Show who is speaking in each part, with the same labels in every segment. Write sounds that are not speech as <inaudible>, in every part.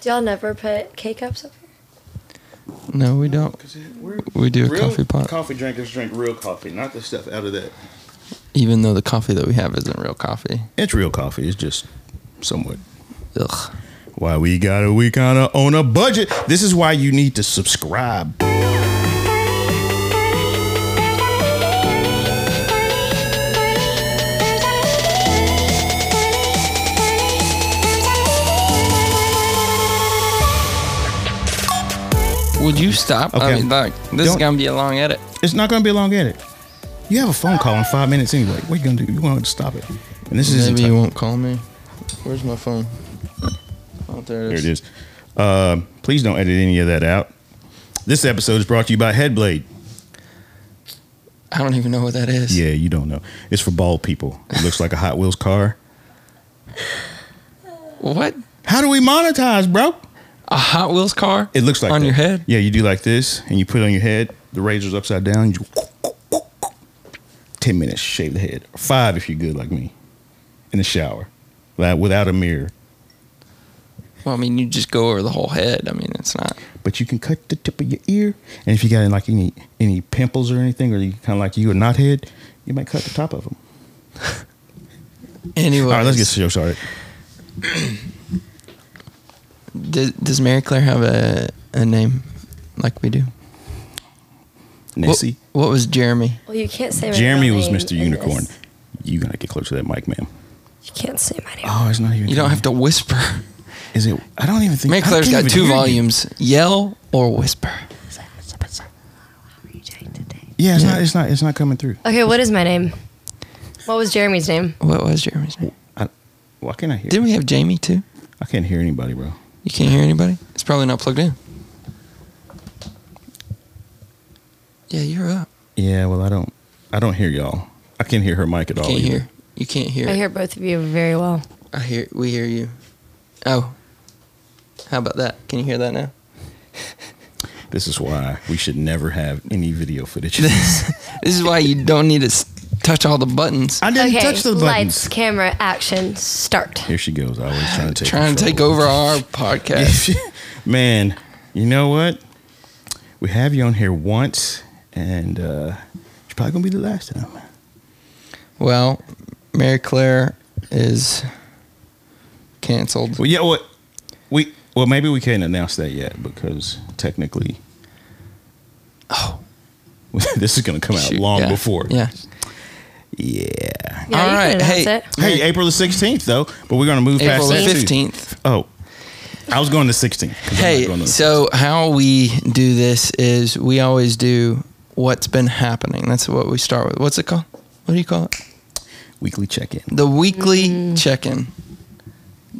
Speaker 1: Do y'all never put K cups up?
Speaker 2: No, we don't.
Speaker 3: 'Cause it- we're-
Speaker 2: We do a
Speaker 3: real
Speaker 2: coffee pot.
Speaker 3: Coffee drinkers drink real coffee, not the stuff out of that.
Speaker 2: Even though the coffee that we have isn't real coffee.
Speaker 3: It's real coffee. It's just somewhat.
Speaker 2: Ugh.
Speaker 3: Why we gotta we kinda own a budget. This is why you need to subscribe.
Speaker 2: Would you stop? I
Speaker 3: Okay.
Speaker 2: mean, like, this is
Speaker 3: Don't-
Speaker 2: gonna be a long edit.
Speaker 3: It's not gonna be a long edit. You have a phone call in five minutes anyway. What you gonna do? You want to stop it? And this is
Speaker 2: Maybe you won't call me. Where's my phone? Oh, there it
Speaker 3: There
Speaker 2: is.
Speaker 3: it is. Uh, please don't edit any of that out. This episode is brought to you by Headblade.
Speaker 2: I don't even know what that is.
Speaker 3: Yeah, you don't know. It's for bald people. It looks like a Hot Wheels car.
Speaker 2: What?
Speaker 3: How do we monetize, bro?
Speaker 2: A Hot Wheels car?
Speaker 3: It looks like
Speaker 2: On
Speaker 3: that.
Speaker 2: your head?
Speaker 3: Yeah, you do like this, and you put it on your head. The razor's upside down. You ten minutes shave the head. Five if you're good like me, in the shower, like, without a mirror.
Speaker 2: Well, I mean, you just go over the whole head. I mean, it's not.
Speaker 3: But you can cut the tip of your ear, and if you got like any any pimples or anything, or you kind of like you a knothead, you might cut the top of them.
Speaker 2: Anyway.
Speaker 3: All right, let's get the show started.
Speaker 2: Does, does Mary Claire have a, a name like we do? What,
Speaker 3: Nessie,
Speaker 2: what was Jeremy?
Speaker 1: Well, you can't say my
Speaker 3: Jeremy
Speaker 1: real
Speaker 3: was
Speaker 1: name
Speaker 3: Mr.
Speaker 1: in
Speaker 3: Unicorn.
Speaker 1: this.
Speaker 3: You gotta get close to that mic, ma'am.
Speaker 1: You can't say my name.
Speaker 3: Oh, it's not even.
Speaker 2: You don't have to whisper. <laughs>
Speaker 3: Is it? I don't even think.
Speaker 2: Mary
Speaker 3: I
Speaker 2: Claire's
Speaker 3: can't
Speaker 2: got
Speaker 3: even
Speaker 2: two
Speaker 3: hear you.
Speaker 2: volumes yell or whisper.
Speaker 3: Yeah, it's
Speaker 2: Yeah.
Speaker 3: not. It's not. It's not coming through.
Speaker 1: Okay, what is my name? What was Jeremy's name?
Speaker 2: What was Jeremy's name?
Speaker 3: I, why can't I hear?
Speaker 2: Didn't we have Jamie too?
Speaker 3: I can't hear anybody, bro.
Speaker 2: You can't hear anybody? It's probably not plugged in. Yeah, you're up.
Speaker 3: Yeah, well, I don't. I don't hear y'all. I can't hear her mic at
Speaker 2: You
Speaker 3: all.
Speaker 2: can't
Speaker 3: either.
Speaker 2: hear. You can't hear.
Speaker 1: I hear both of you very well.
Speaker 2: I hear. We hear you. Oh. How about that? Can you hear that
Speaker 3: <laughs>
Speaker 2: now?
Speaker 3: This is why we should never have any
Speaker 2: <laughs>
Speaker 3: video footage.
Speaker 2: this is why you don't need to s- touch all the buttons.
Speaker 3: I didn't
Speaker 1: okay,
Speaker 3: touch the
Speaker 1: lights,
Speaker 3: buttons.
Speaker 1: camera, action, start.
Speaker 3: Here she goes. Always trying to take
Speaker 2: Trying to take
Speaker 3: control.
Speaker 2: over
Speaker 3: <laughs>
Speaker 2: our podcast.
Speaker 3: Man, you know what? We have you on here once, and uh, it's probably gonna be the last time.
Speaker 2: Well, Mary Claire is canceled.
Speaker 3: Well, yeah. What? We well, maybe we can't announce that yet because technically, <laughs>
Speaker 2: Oh,
Speaker 3: this is gonna come out
Speaker 2: shoot,
Speaker 3: long
Speaker 2: yeah,
Speaker 3: before.
Speaker 2: Yeah.
Speaker 3: Yeah.
Speaker 1: Yeah,
Speaker 2: All
Speaker 1: you
Speaker 2: right.
Speaker 1: can
Speaker 2: Hey.
Speaker 1: announce it.
Speaker 3: Hey, April the sixteenth though, but we're gonna move
Speaker 2: April
Speaker 3: past
Speaker 2: the
Speaker 3: that too.
Speaker 2: fifteenth.
Speaker 3: Oh, I was going to sixteenth.
Speaker 2: Hey. So how we do this is we always do what's been happening. That's what we start with. What's it called? What do you call it?
Speaker 3: weekly check-in.
Speaker 2: The weekly
Speaker 1: Mm-hmm.
Speaker 2: chicken.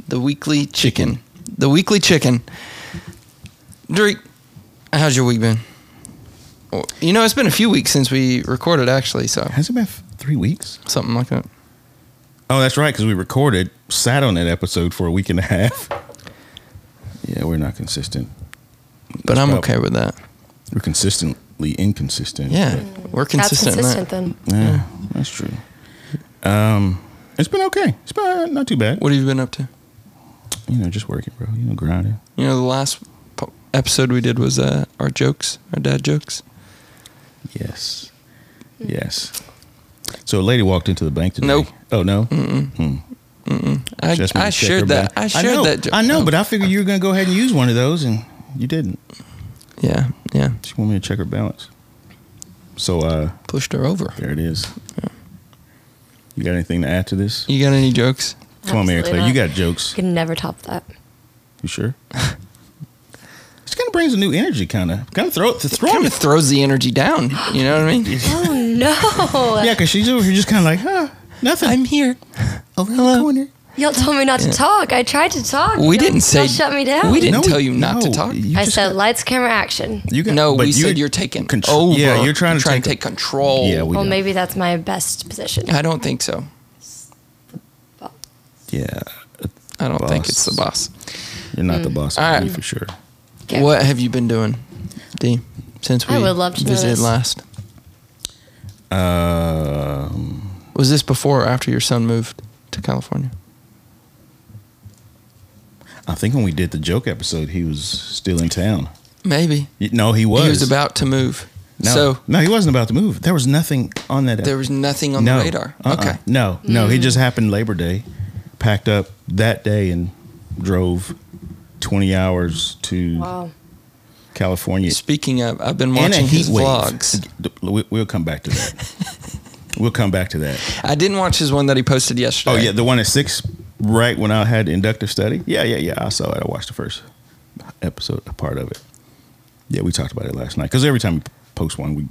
Speaker 2: The weekly chicken. The weekly chicken. Drake, how's your week been? Oh, You know, it's been a few weeks since we recorded, actually, so
Speaker 3: Has it been f- three weeks?
Speaker 2: something like that.
Speaker 3: Oh, that's right, because we recorded, sat on that episode for a week and a half. Yeah, we're not consistent.
Speaker 2: But I'm
Speaker 3: prob-
Speaker 2: okay with that.
Speaker 3: We're consistently inconsistent.
Speaker 2: Yeah, we're consistent. in
Speaker 1: That's consistent
Speaker 2: that.
Speaker 1: then.
Speaker 3: but- yeah, that's true. Um, it's been okay. It's been uh, not too bad.
Speaker 2: What have you been up to?
Speaker 3: You know, just working, bro. You know, grinding.
Speaker 2: You know, the last po- episode we did was uh, our jokes, our dad jokes.
Speaker 3: Yes, yes. So a lady walked into the bank today.
Speaker 2: Mm-hmm. Nope.
Speaker 3: Oh no.
Speaker 2: I,
Speaker 3: Just wanted
Speaker 2: I
Speaker 3: to check
Speaker 2: shared that.
Speaker 3: everybody.
Speaker 2: I shared
Speaker 3: know,
Speaker 2: that. jo-
Speaker 3: I know,
Speaker 2: Oh,
Speaker 3: but I figured you were gonna go ahead and use one of those, and you didn't.
Speaker 2: yeah, yeah,
Speaker 3: She wanted me to check her balance. So uh,
Speaker 2: pushed her over.
Speaker 3: there it is. You got anything to add to this?
Speaker 2: You got any jokes?
Speaker 3: Come on, Mary
Speaker 1: Absolutely
Speaker 3: Claire. You
Speaker 1: not.
Speaker 3: got jokes.
Speaker 1: You can never top that.
Speaker 3: You sure?
Speaker 1: <laughs>
Speaker 3: this kind of brings a new energy, kind of. Kind of throw it to throw
Speaker 2: Kind
Speaker 3: it.
Speaker 2: of throws the energy down. You know what I mean?
Speaker 1: Oh no!
Speaker 3: Yeah, because she's over here just kind of like, huh, nothing.
Speaker 2: I'm here.
Speaker 3: over in
Speaker 2: hello.
Speaker 3: the corner.
Speaker 1: <laughs> Y'all told me not to talk. I tried to talk.
Speaker 2: We
Speaker 1: Y'all-
Speaker 2: didn't say-
Speaker 1: y'all shut me down.
Speaker 2: we didn't- tell you not to talk?
Speaker 3: you
Speaker 1: I
Speaker 3: just
Speaker 1: said
Speaker 3: got-
Speaker 1: lights, camera, action.
Speaker 3: you got-
Speaker 2: No,
Speaker 3: but
Speaker 2: we
Speaker 3: you-
Speaker 2: said you're taking
Speaker 3: Contro-
Speaker 2: over.
Speaker 3: Yeah, you're trying to take
Speaker 2: take, control.
Speaker 3: Yeah, we
Speaker 1: well,
Speaker 3: don't.
Speaker 1: maybe that's my best position.
Speaker 2: I don't think so.
Speaker 3: Yeah,
Speaker 2: I don't think
Speaker 3: Boss.
Speaker 2: it's the boss.
Speaker 3: you're not
Speaker 1: Mm.
Speaker 3: the boss of
Speaker 2: All right.
Speaker 3: me for sure.
Speaker 1: Okay.
Speaker 2: What have you been doing, D? Since we
Speaker 1: I would love to know
Speaker 2: visited
Speaker 1: this.
Speaker 2: last, Mm.
Speaker 3: Um,
Speaker 2: was this before or after your son moved to California?
Speaker 3: I think when we did the joke episode, he was still in town.
Speaker 2: Maybe
Speaker 3: Y- No, he was.
Speaker 2: he was about to move.
Speaker 3: No,
Speaker 2: So
Speaker 3: no, he wasn't about to move. There was nothing on that.
Speaker 2: there was nothing on
Speaker 3: no
Speaker 2: the radar.
Speaker 3: Uh-uh.
Speaker 2: Okay.
Speaker 3: No, no, he just happened Labor Day, packed up that day and drove twenty hours to
Speaker 1: Wow.
Speaker 3: California.
Speaker 2: Speaking of, I've been
Speaker 3: And a
Speaker 2: watching his
Speaker 3: heat wave.
Speaker 2: vlogs.
Speaker 3: We- We'll come back
Speaker 2: <laughs>
Speaker 3: to that. we'll come back to that.
Speaker 2: I didn't watch his one that he posted yesterday.
Speaker 3: Oh yeah, the one at six, right when I had inductive study. Yeah, yeah, yeah. I saw it. I watched the first episode, a part of it. Yeah, we talked about it last night because every time we post one, we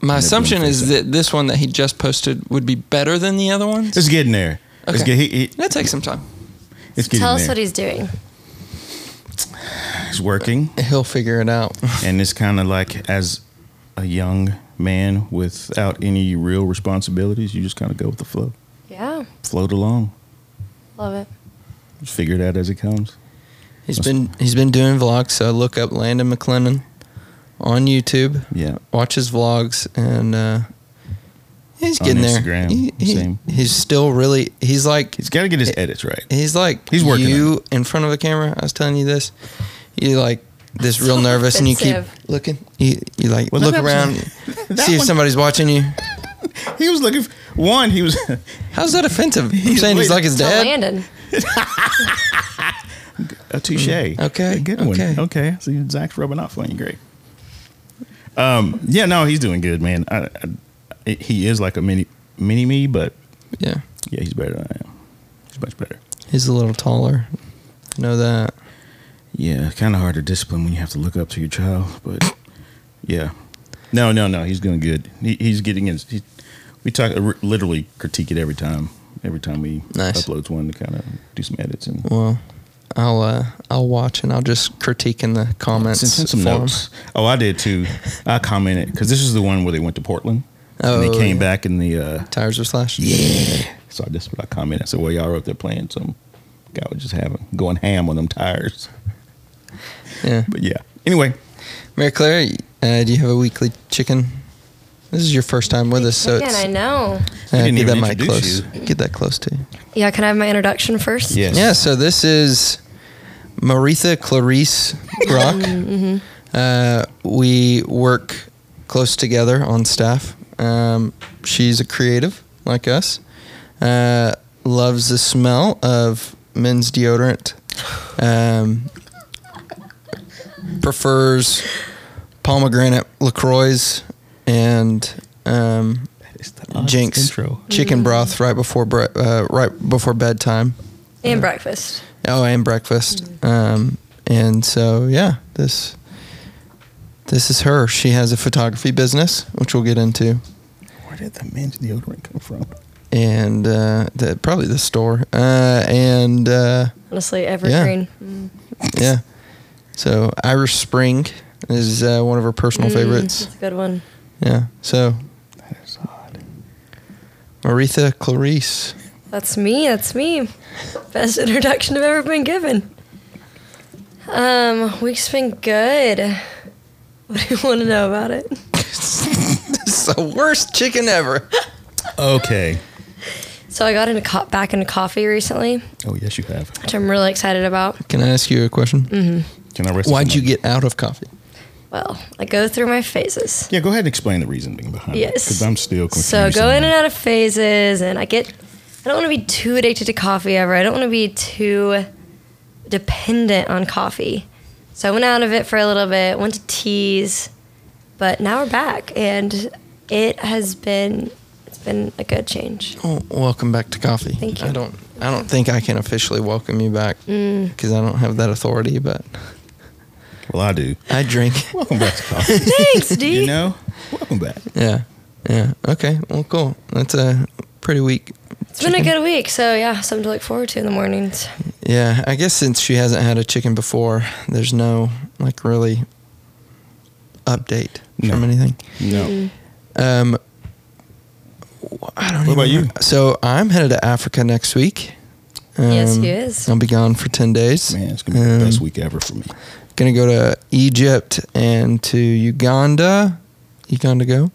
Speaker 2: My
Speaker 3: Never
Speaker 2: assumption
Speaker 3: really
Speaker 2: is
Speaker 3: think
Speaker 2: that this one that he just posted would be better than the other ones.
Speaker 3: it's getting there. It's,
Speaker 2: Okay.
Speaker 3: get, he- he-
Speaker 2: That takes some time.
Speaker 3: it's getting
Speaker 1: Tell
Speaker 3: there.
Speaker 1: us what he's doing.
Speaker 3: he's working,
Speaker 2: He'll figure it out.
Speaker 3: and it's kind of like as a young man without any real responsibilities, you just kind of go with the flow,
Speaker 1: Yeah.
Speaker 3: float along,
Speaker 1: Love it.
Speaker 3: Just figure it out as it comes.
Speaker 2: <laughs> He's been he's been doing vlogs, so look up Landon McLennan on YouTube.
Speaker 3: Yeah,
Speaker 2: Watch his vlogs and uh he's
Speaker 3: On
Speaker 2: getting there.
Speaker 3: Instagram,
Speaker 2: He- he-
Speaker 3: same.
Speaker 2: he's still really he's like
Speaker 3: he's got to get his edits right.
Speaker 2: he's like
Speaker 3: He's working on
Speaker 2: you in front of a camera. I was telling you this. You like this
Speaker 1: <laughs>
Speaker 2: real
Speaker 1: So
Speaker 2: nervous and you keep
Speaker 1: offensive.
Speaker 2: looking. You you like
Speaker 3: Well,
Speaker 2: look
Speaker 3: that
Speaker 2: around
Speaker 3: <laughs> episode- that
Speaker 2: see if
Speaker 3: one-
Speaker 2: somebody's watching you.
Speaker 3: He was looking. For, one, he was. <laughs>
Speaker 2: How's that offensive? I'm
Speaker 3: He's
Speaker 2: saying he's
Speaker 3: waiting.
Speaker 2: like his
Speaker 1: Tell
Speaker 2: dad.
Speaker 1: Landon.
Speaker 3: A touche.
Speaker 2: Okay,
Speaker 3: A good
Speaker 2: okay.
Speaker 3: one. Mm. Okay. See, Zach's rubbing off on you. Great. Um. Yeah. No, he's doing good, man. I, I, he is like a mini mini me, but
Speaker 2: Yeah.
Speaker 3: yeah, he's better than I am. He's much better.
Speaker 2: He's a little taller. I know that.
Speaker 3: Yeah. Kind of hard to discipline when you have to look up to your child, but yeah. No, no, no. He's doing good. He, he's getting his. He, we talk literally critique it every time. Every time we
Speaker 2: Nice.
Speaker 3: uploads one to kind of do some edits and
Speaker 2: Well, I'll uh, I'll watch and I'll just critique in the comments.
Speaker 3: Send- send some
Speaker 2: for him.
Speaker 3: notes. Oh, I did too. I commented because this is the one where they went to Portland and
Speaker 2: Oh,
Speaker 3: they came
Speaker 2: yeah.
Speaker 3: back in the. Uh,
Speaker 2: Tires are slashed.
Speaker 3: yeah. So I just what I commented. I said, "Well, y'all were up there playing some guy was just having going ham on them tires."
Speaker 2: Yeah.
Speaker 3: But yeah. Anyway,
Speaker 2: Mary Claire, uh, do you have a weekly chicken? This is your first time with us, so
Speaker 1: Again,
Speaker 2: it's,
Speaker 1: I know.
Speaker 2: uh,
Speaker 3: We didn't
Speaker 2: get that
Speaker 3: even
Speaker 2: mic close.
Speaker 3: introduce
Speaker 2: Get that close to. you.
Speaker 1: Yeah, can I have my introduction first?
Speaker 3: yes.
Speaker 2: Yeah. So this is Maritha Clarice Brock. uh, we work close together on staff. Um, she's a creative like us. Uh, loves the smell of men's deodorant. Um, prefers pomegranate Lacroix and um,
Speaker 3: It's the oddest
Speaker 2: Jinx
Speaker 3: intro.
Speaker 2: chicken broth right before bre- uh, right before bedtime.
Speaker 1: And breakfast.
Speaker 2: Oh, and breakfast. Um, and so yeah, this this is her. She has a photography business, which we'll get into,
Speaker 3: Where did the men's deodorant come from?
Speaker 2: and uh, the, probably the store. Uh, and uh,
Speaker 1: Honestly, evergreen.
Speaker 2: yeah, so Irish Spring is uh, one of her
Speaker 1: Mm.
Speaker 2: personal favorites.
Speaker 1: Mm-hmm. That's a good one.
Speaker 2: Yeah. So
Speaker 3: That is odd.
Speaker 2: Maritha Clarice. <laughs>
Speaker 1: That's me. That's me. Best <laughs> introduction I've ever been given. Um, week's been good. <laughs> What do you want to know about it?
Speaker 2: It's the worst chicken ever.
Speaker 3: Okay.
Speaker 1: So I got into co- back into coffee recently,
Speaker 3: Oh yes, you have.
Speaker 1: which I'm really excited about.
Speaker 2: Can I ask you a question?
Speaker 3: Can I rest? this
Speaker 2: Why'd
Speaker 3: one
Speaker 2: you
Speaker 3: up?
Speaker 2: get out of coffee?
Speaker 1: Well, I go through my phases.
Speaker 3: Yeah, go ahead and explain the reasoning behind it.
Speaker 1: Yes.
Speaker 3: Because I'm still confused.
Speaker 1: So go in
Speaker 3: on
Speaker 1: and
Speaker 3: that.
Speaker 1: out of phases, and I get. I don't want to be too addicted to coffee ever. I don't want to be too dependent on coffee. So I went out of it for a little bit, went to teas, but now we're back, and it has been it's been a good
Speaker 3: <laughs>
Speaker 1: change.
Speaker 2: Oh, welcome back to coffee.
Speaker 1: Thank
Speaker 2: I
Speaker 1: you.
Speaker 2: don't. I don't think I can officially welcome you back
Speaker 1: Mm.
Speaker 2: because I don't have that authority. But
Speaker 3: Well, I do.
Speaker 2: I drink. <laughs>
Speaker 1: <laughs>
Speaker 3: Welcome back to coffee.
Speaker 1: Thanks, D.
Speaker 3: you know, welcome back.
Speaker 2: yeah. Yeah. Okay. Well, cool. That's a pretty weak.
Speaker 1: it's been a good week, so yeah, something to look forward to in the mornings.
Speaker 2: Yeah. I guess since she hasn't had a chicken before, there's no like really update
Speaker 3: No.
Speaker 2: from anything.
Speaker 3: No.
Speaker 1: Mm. Mm-hmm.
Speaker 2: Um, wh- I don't.
Speaker 3: What about
Speaker 2: even
Speaker 3: you?
Speaker 2: remember. So I'm headed to Africa next week.
Speaker 1: Yes,
Speaker 2: Um,
Speaker 1: he is.
Speaker 2: I'll be gone for ten days.
Speaker 3: Man, it's gonna be the
Speaker 2: Um,
Speaker 3: best week ever for me.
Speaker 2: Gonna go to Egypt and to Uganda, Uganda go,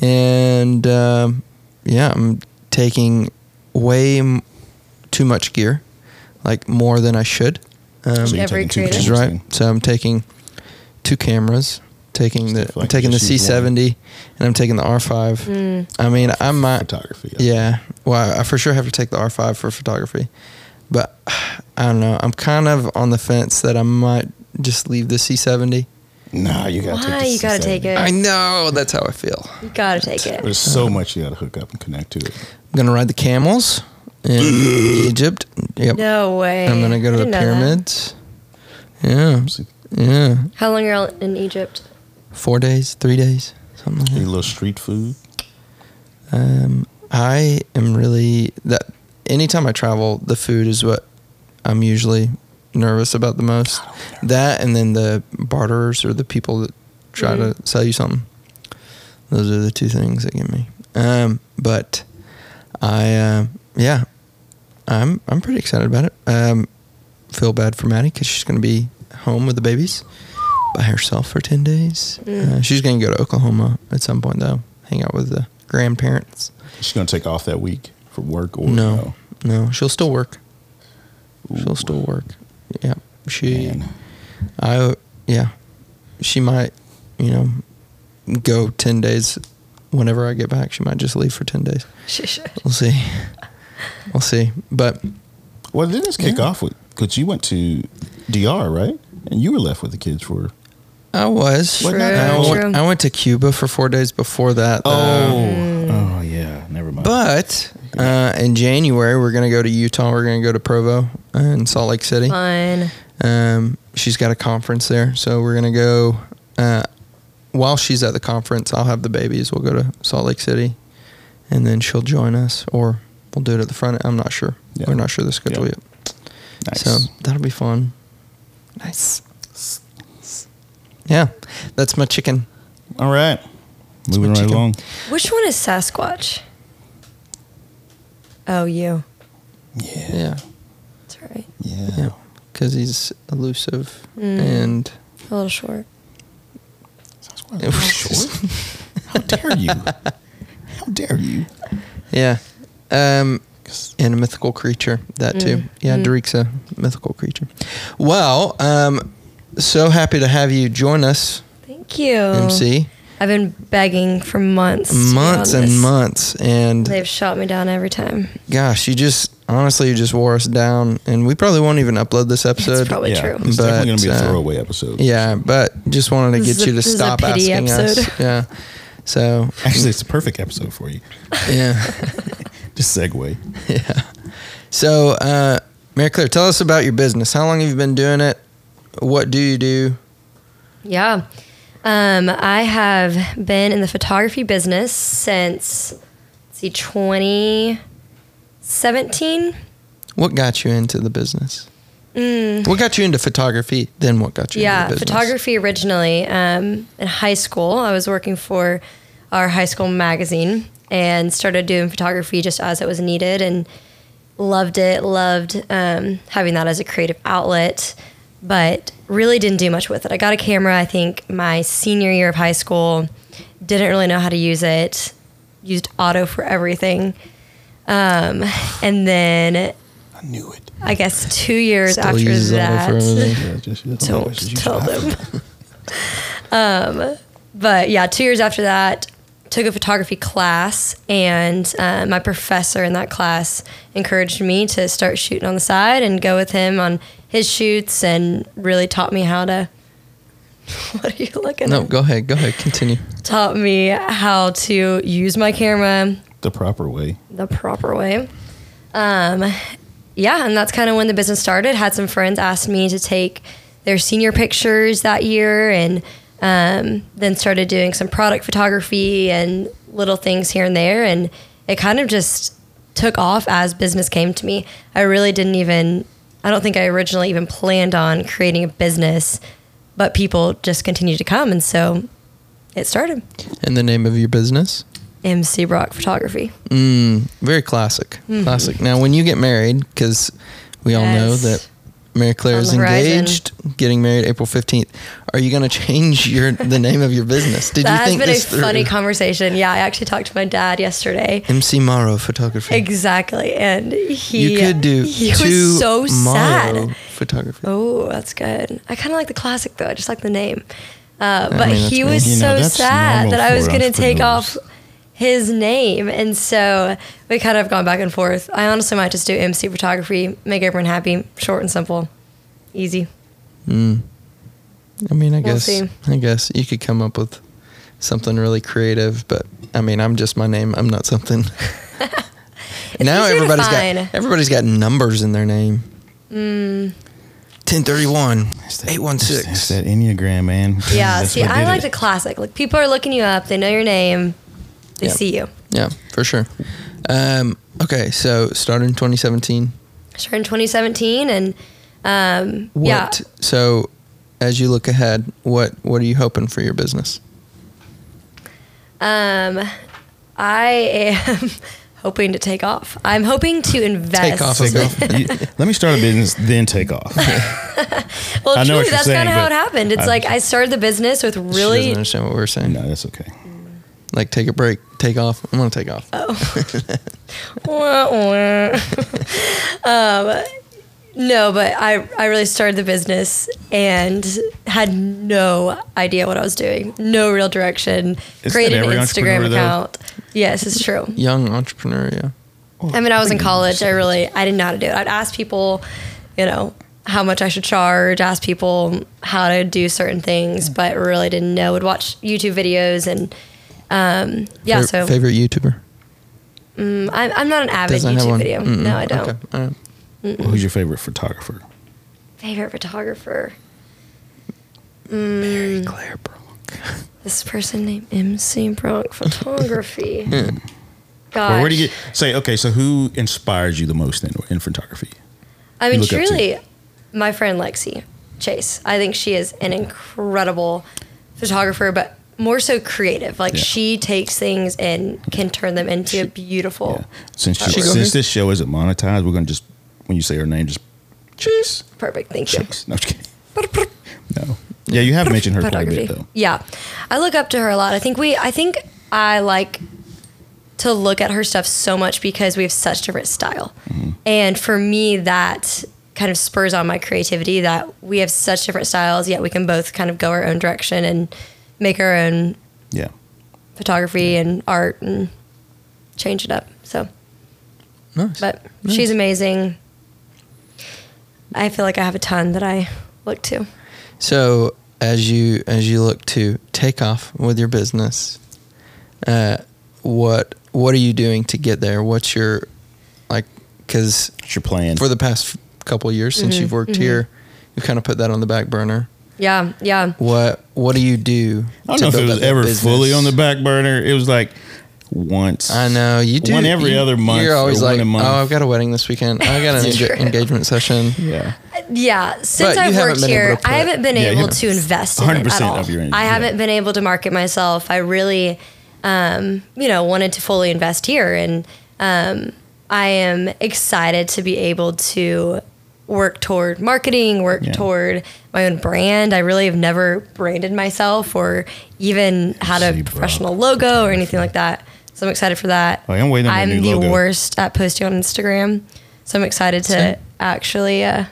Speaker 2: and um, yeah, I'm taking way m- too much gear, like more than I should. Um,
Speaker 3: So you're
Speaker 1: Every
Speaker 3: taking two
Speaker 1: creative.
Speaker 2: which is
Speaker 3: cameras
Speaker 2: right.
Speaker 3: then.
Speaker 2: So I'm taking two cameras, taking the
Speaker 3: Stuff
Speaker 2: I'm
Speaker 3: like
Speaker 2: taking the
Speaker 3: just use one.
Speaker 2: C70, and I'm taking the R5. I mean, I might,
Speaker 3: Photography. I think.
Speaker 2: yeah. Well, I for sure have to take the R5 for photography, but <sighs> I don't know. I'm kind of on the fence that I might just leave the C70.
Speaker 3: Nah, you gotta
Speaker 1: Why?
Speaker 3: take.
Speaker 1: You gotta take it.
Speaker 2: I know that's how I feel.
Speaker 1: You gotta take it.
Speaker 3: There's so much you gotta hook up and connect to it.
Speaker 2: I'm gonna ride the camels in Egypt. Yep.
Speaker 1: No way.
Speaker 2: I'm gonna go to
Speaker 1: I
Speaker 2: the
Speaker 1: didn't know that.
Speaker 2: pyramids. Yeah,
Speaker 3: See,
Speaker 2: yeah.
Speaker 1: How long you're in Egypt?
Speaker 2: Four days, three days, something like that.
Speaker 3: any little street food.
Speaker 2: Um, I am really that. Anytime I travel, the food is what I'm usually nervous about the most. That and then the barterers or the people that try to sell you something. Those are the two things that get me. Um, but I, uh, yeah, I'm I'm pretty excited about it. Um, feel bad for Maddie because she's going to be home with the babies by herself for ten days. Uh, she's going to go to Oklahoma at some point though, hang out with the grandparents.
Speaker 3: She's gonna take off that week for work or
Speaker 2: No, no, she'll still work. She'll still work. Yeah, she.
Speaker 3: Man.
Speaker 2: I yeah, she might, you know, go ten days. Whenever I get back, she might just leave for ten days.
Speaker 1: She should.
Speaker 2: We'll see. We'll see. But
Speaker 3: Well, did this kick
Speaker 2: Yeah.
Speaker 3: off with? Because you went to DR, right? And you were left with the kids for.
Speaker 2: I was.
Speaker 1: True,
Speaker 2: I,
Speaker 1: true.
Speaker 2: went, I went to Cuba for four days before that. though.
Speaker 3: oh yeah, never mind.
Speaker 2: But uh, in January, we're going to go to Utah. We're going to go to Provo uh, in Salt Lake City.
Speaker 1: Fun.
Speaker 2: Um, she's got a conference there, so we're gonna go. Uh, while she's at the conference, I'll have the babies. We'll go to Salt Lake City, and then she'll join us, or we'll do it at the front. I'm not sure.
Speaker 3: Yeah.
Speaker 2: We're not sure the schedule
Speaker 3: Yeah.
Speaker 2: yet.
Speaker 3: nice.
Speaker 2: So that'll be fun. Nice. Yeah, that's my chicken.
Speaker 3: All right, moving
Speaker 2: what
Speaker 3: right
Speaker 2: you do.
Speaker 3: along.
Speaker 1: Which one is Sasquatch? Oh, you.
Speaker 3: Yeah,
Speaker 2: Yeah,
Speaker 1: That's right.
Speaker 3: yeah.
Speaker 2: yeah, because he's elusive and
Speaker 1: A little short.
Speaker 3: Sounds quite
Speaker 2: <laughs>
Speaker 3: a little short. How dare you? How dare you?
Speaker 2: yeah, um,
Speaker 3: 'Cause-
Speaker 2: and a mythical creature. That too.
Speaker 1: Mm-hmm.
Speaker 2: Yeah, Derek's a mythical creature. Well, um, so happy to have you join us,
Speaker 1: Thank you.
Speaker 2: MC.
Speaker 1: I've been begging for months. Oh, to be on
Speaker 2: Months and
Speaker 1: this.
Speaker 2: months, and
Speaker 1: They've shot me down every time.
Speaker 2: gosh, you just honestly you just wore us down, and we probably won't even upload this episode.
Speaker 1: That's probably
Speaker 3: yeah,
Speaker 1: true.
Speaker 3: It's definitely
Speaker 2: But,
Speaker 3: going to be a
Speaker 2: uh,
Speaker 3: throwaway episode.
Speaker 2: yeah, but just wanted to
Speaker 1: This
Speaker 2: get
Speaker 1: is a-
Speaker 2: you to
Speaker 1: this is a
Speaker 2: stop
Speaker 1: pity
Speaker 2: asking
Speaker 1: episode.
Speaker 2: us. <laughs> Yeah. So
Speaker 3: <laughs> Actually, it's a perfect episode for you.
Speaker 1: <laughs>
Speaker 2: yeah,
Speaker 3: Just segue.
Speaker 2: yeah. So uh, Mary Claire, tell us about your business. How long have you been doing it? What do you do?
Speaker 1: Yeah. Um, I have been in the photography business since, let's see, 2017.
Speaker 2: What got you into the business? What got you into photography? Then what got you
Speaker 1: Mm. yeah,
Speaker 2: into the business?
Speaker 1: photography originally. Um, in high school, I was working for our high school magazine and started doing photography just as it was needed and loved it, loved um, having that as a creative outlet, but really didn't do much with it. I got a camera, I think, my senior year of high school, didn't really know how to use it, used auto for everything. Um, and then
Speaker 3: I
Speaker 2: <laughs>
Speaker 3: knew it.
Speaker 1: I guess two years
Speaker 2: Still
Speaker 1: after
Speaker 2: uses auto
Speaker 1: that,
Speaker 2: for everything.
Speaker 3: Yeah, just, that's all
Speaker 1: Don't
Speaker 3: it is. You <laughs>
Speaker 1: tell
Speaker 3: just-
Speaker 1: them. um, but yeah, two years after that, took a photography class, and uh, my professor in that class encouraged me to start shooting on the side and go with him on his shoots, and really taught me how to. <laughs> What are you looking
Speaker 2: No,
Speaker 1: at?
Speaker 2: go ahead. Go ahead. Continue.
Speaker 1: Taught me how to use my camera,
Speaker 3: The proper way.
Speaker 1: the proper way. Um, yeah, and that's kind of when the business started. Had some friends ask me to take their senior pictures that year, and um, then started doing some product photography and little things here and there. And it kind of just took off as business came to me. I really didn't even, I don't think I originally even planned on creating a business, but people just continued to come. And so it started
Speaker 2: And the name of your business? Mm,
Speaker 1: MC Brock Photography.
Speaker 2: Very classic. Classic. Now, when you get married, because we all know
Speaker 1: Mm-hmm. Yes.
Speaker 2: that Mary Claire
Speaker 1: On
Speaker 2: is
Speaker 1: the horizon.
Speaker 2: engaged, getting married April 15th. Are you going to change your the name of your business? Did
Speaker 1: that
Speaker 2: you
Speaker 1: has
Speaker 2: think
Speaker 1: been a
Speaker 2: this through?
Speaker 1: funny conversation. Yeah, I actually talked to my dad yesterday.
Speaker 2: MC Morrow Photography.
Speaker 1: Exactly, and he
Speaker 2: you could
Speaker 1: <laughs>
Speaker 2: do
Speaker 1: he
Speaker 2: two
Speaker 1: was so
Speaker 2: Morrow
Speaker 1: sad.
Speaker 2: Photography.
Speaker 1: Oh, that's good. I kind of like the classic though. I just like the name. Uh, but
Speaker 2: mean, that's
Speaker 1: he
Speaker 2: good.
Speaker 1: was
Speaker 3: You know,
Speaker 1: so
Speaker 3: that's
Speaker 1: sad
Speaker 3: normal
Speaker 1: that I was
Speaker 3: for
Speaker 1: going to take off
Speaker 3: entrepreneurs.
Speaker 1: his name, and so we kind of gone back and forth. I honestly might just do MC photography, make everyone happy, short and simple,
Speaker 2: <laughs>
Speaker 1: easy.
Speaker 2: I mean, I
Speaker 1: We'll
Speaker 2: guess
Speaker 1: see.
Speaker 2: I guess you could come up with something really creative, but I mean, I'm just my name. I'm not something.
Speaker 1: <laughs>
Speaker 2: now
Speaker 1: easier to
Speaker 2: everybody's
Speaker 1: find. Mm.
Speaker 2: got everybody's got numbers in their name. Ten thirty one, eight one
Speaker 3: It's, it's
Speaker 2: six.
Speaker 3: that Enneagram, man.
Speaker 1: <laughs> Yeah.
Speaker 3: That's
Speaker 1: see,
Speaker 3: what
Speaker 1: I
Speaker 3: did
Speaker 1: like the
Speaker 3: it.
Speaker 1: classic. Like people are looking you up, they know your name, they
Speaker 2: Yeah.
Speaker 1: see you.
Speaker 2: Yeah, for sure. Um, okay, so started in 2017.
Speaker 1: Sure, in 2017, and um,
Speaker 2: What?
Speaker 1: yeah,
Speaker 2: So, as you look ahead, what what are you hoping for your business?
Speaker 1: Um, I am <laughs> hoping to take off. I'm hoping to invest.
Speaker 2: Take off.
Speaker 3: <laughs> Take
Speaker 1: <laughs>
Speaker 3: off. You- Let me start a business, then take off. <laughs>
Speaker 1: Well,
Speaker 3: I know
Speaker 1: truly,
Speaker 3: what you're
Speaker 1: that's
Speaker 3: saying,
Speaker 1: kind of how it
Speaker 3: but
Speaker 1: happened. It's
Speaker 3: I-
Speaker 1: like I started the business with
Speaker 2: She
Speaker 1: really.
Speaker 2: doesn't understand what we're saying.
Speaker 3: no, that's okay.
Speaker 2: Like, take a break, take off. I'm gonna take off.
Speaker 1: <laughs> Oh. Wah, wah. um, no, but I I really started the business and had no idea what I was doing. No real direction.
Speaker 3: that
Speaker 1: Created an
Speaker 3: every
Speaker 1: Instagram
Speaker 3: entrepreneur, though?
Speaker 1: account. Yes, it's true.
Speaker 2: Young entrepreneur. Yeah.
Speaker 1: I mean, I was in
Speaker 3: Pretty
Speaker 1: college. I
Speaker 3: much.
Speaker 1: really, I didn't know how to do it. I'd ask people, you know, how much I should charge, ask people how to do certain things, but really didn't know. Would watch YouTube videos and, um, yeah,
Speaker 2: Fa-
Speaker 1: so
Speaker 2: favorite YouTuber.
Speaker 1: mm, I'm, I'm not an avid
Speaker 2: Doesn't have
Speaker 1: YouTube
Speaker 2: one.
Speaker 1: video.
Speaker 2: Mm-mm.
Speaker 1: No, I don't.
Speaker 2: Okay. All right.
Speaker 3: Who's your favorite photographer?
Speaker 1: Favorite photographer? Mm,
Speaker 2: Mary Claire Brooke.
Speaker 1: This person named MC Bronk Photography. Gosh.
Speaker 3: Or where do you get, say? Okay, so who inspires you the most in, in photography?
Speaker 1: I mean,
Speaker 3: look up to?
Speaker 1: truly, my friend Lexi Chase. I think she is an incredible photographer, but more so creative. Like
Speaker 3: Yeah.
Speaker 1: she takes things and can turn them into a beautiful.
Speaker 3: Yeah. Since
Speaker 2: She go
Speaker 3: since
Speaker 2: here?
Speaker 3: this show isn't monetized, we're gonna just when you say her name, just chase,
Speaker 1: Perfect. Thank you.
Speaker 3: chase. No, I'm just kidding. No. Yeah, you have mentioned her quite a bit though.
Speaker 1: Yeah, I look up to her a lot. I think we. I think I like to look at her stuff so much because we have such different style,
Speaker 3: Mm-hmm.
Speaker 1: and for me that kind of spurs on my creativity that we have such different styles yet we can both kind of go our own direction and make our own
Speaker 3: Yeah.
Speaker 1: photography and art and change it up. So,
Speaker 2: Nice.
Speaker 1: but she's amazing. I feel like I have a ton that I look to.
Speaker 2: So as you as you look to take off with your business, uh, what what are you doing to get there? What's your like? Because
Speaker 3: What's your plan?
Speaker 2: for the past couple of years
Speaker 1: Mm-hmm,
Speaker 2: since you've worked here, you kind of put that on the back burner.
Speaker 1: Yeah, yeah.
Speaker 2: What what do you do?
Speaker 3: I don't know if it was ever fully on the back burner. It was like once.
Speaker 2: I know you do
Speaker 3: One every
Speaker 2: you-
Speaker 3: other month
Speaker 2: You're
Speaker 3: or
Speaker 2: always
Speaker 3: one
Speaker 2: like,
Speaker 3: a month.
Speaker 2: oh, I've got a wedding this weekend. I got an
Speaker 1: It's
Speaker 2: enga-
Speaker 1: true.
Speaker 2: engagement session.
Speaker 3: Yeah.
Speaker 1: Yeah, since
Speaker 2: you
Speaker 1: I've
Speaker 2: haven't
Speaker 1: worked
Speaker 2: been able
Speaker 1: here,
Speaker 2: to put-
Speaker 1: I haven't been
Speaker 3: Yeah, you
Speaker 1: able
Speaker 3: haven't-
Speaker 1: to invest in it at
Speaker 3: 100%
Speaker 1: all.
Speaker 3: of your energy,
Speaker 1: I
Speaker 3: yeah.
Speaker 1: haven't been able to market myself. I really, um, you know, wanted to fully invest here, and um, I am excited to be able to work toward marketing, work
Speaker 3: Yeah.
Speaker 1: toward my own brand. I really have never branded myself or even had
Speaker 3: See,
Speaker 1: a
Speaker 3: bro.
Speaker 1: professional logo or anything like that. So I'm excited for that.
Speaker 3: Like, Oh, I'm waiting on my
Speaker 1: I'm
Speaker 3: new
Speaker 1: the
Speaker 3: logo.
Speaker 1: worst at posting on Instagram, so I'm excited to
Speaker 2: Same.
Speaker 1: actually. Uh,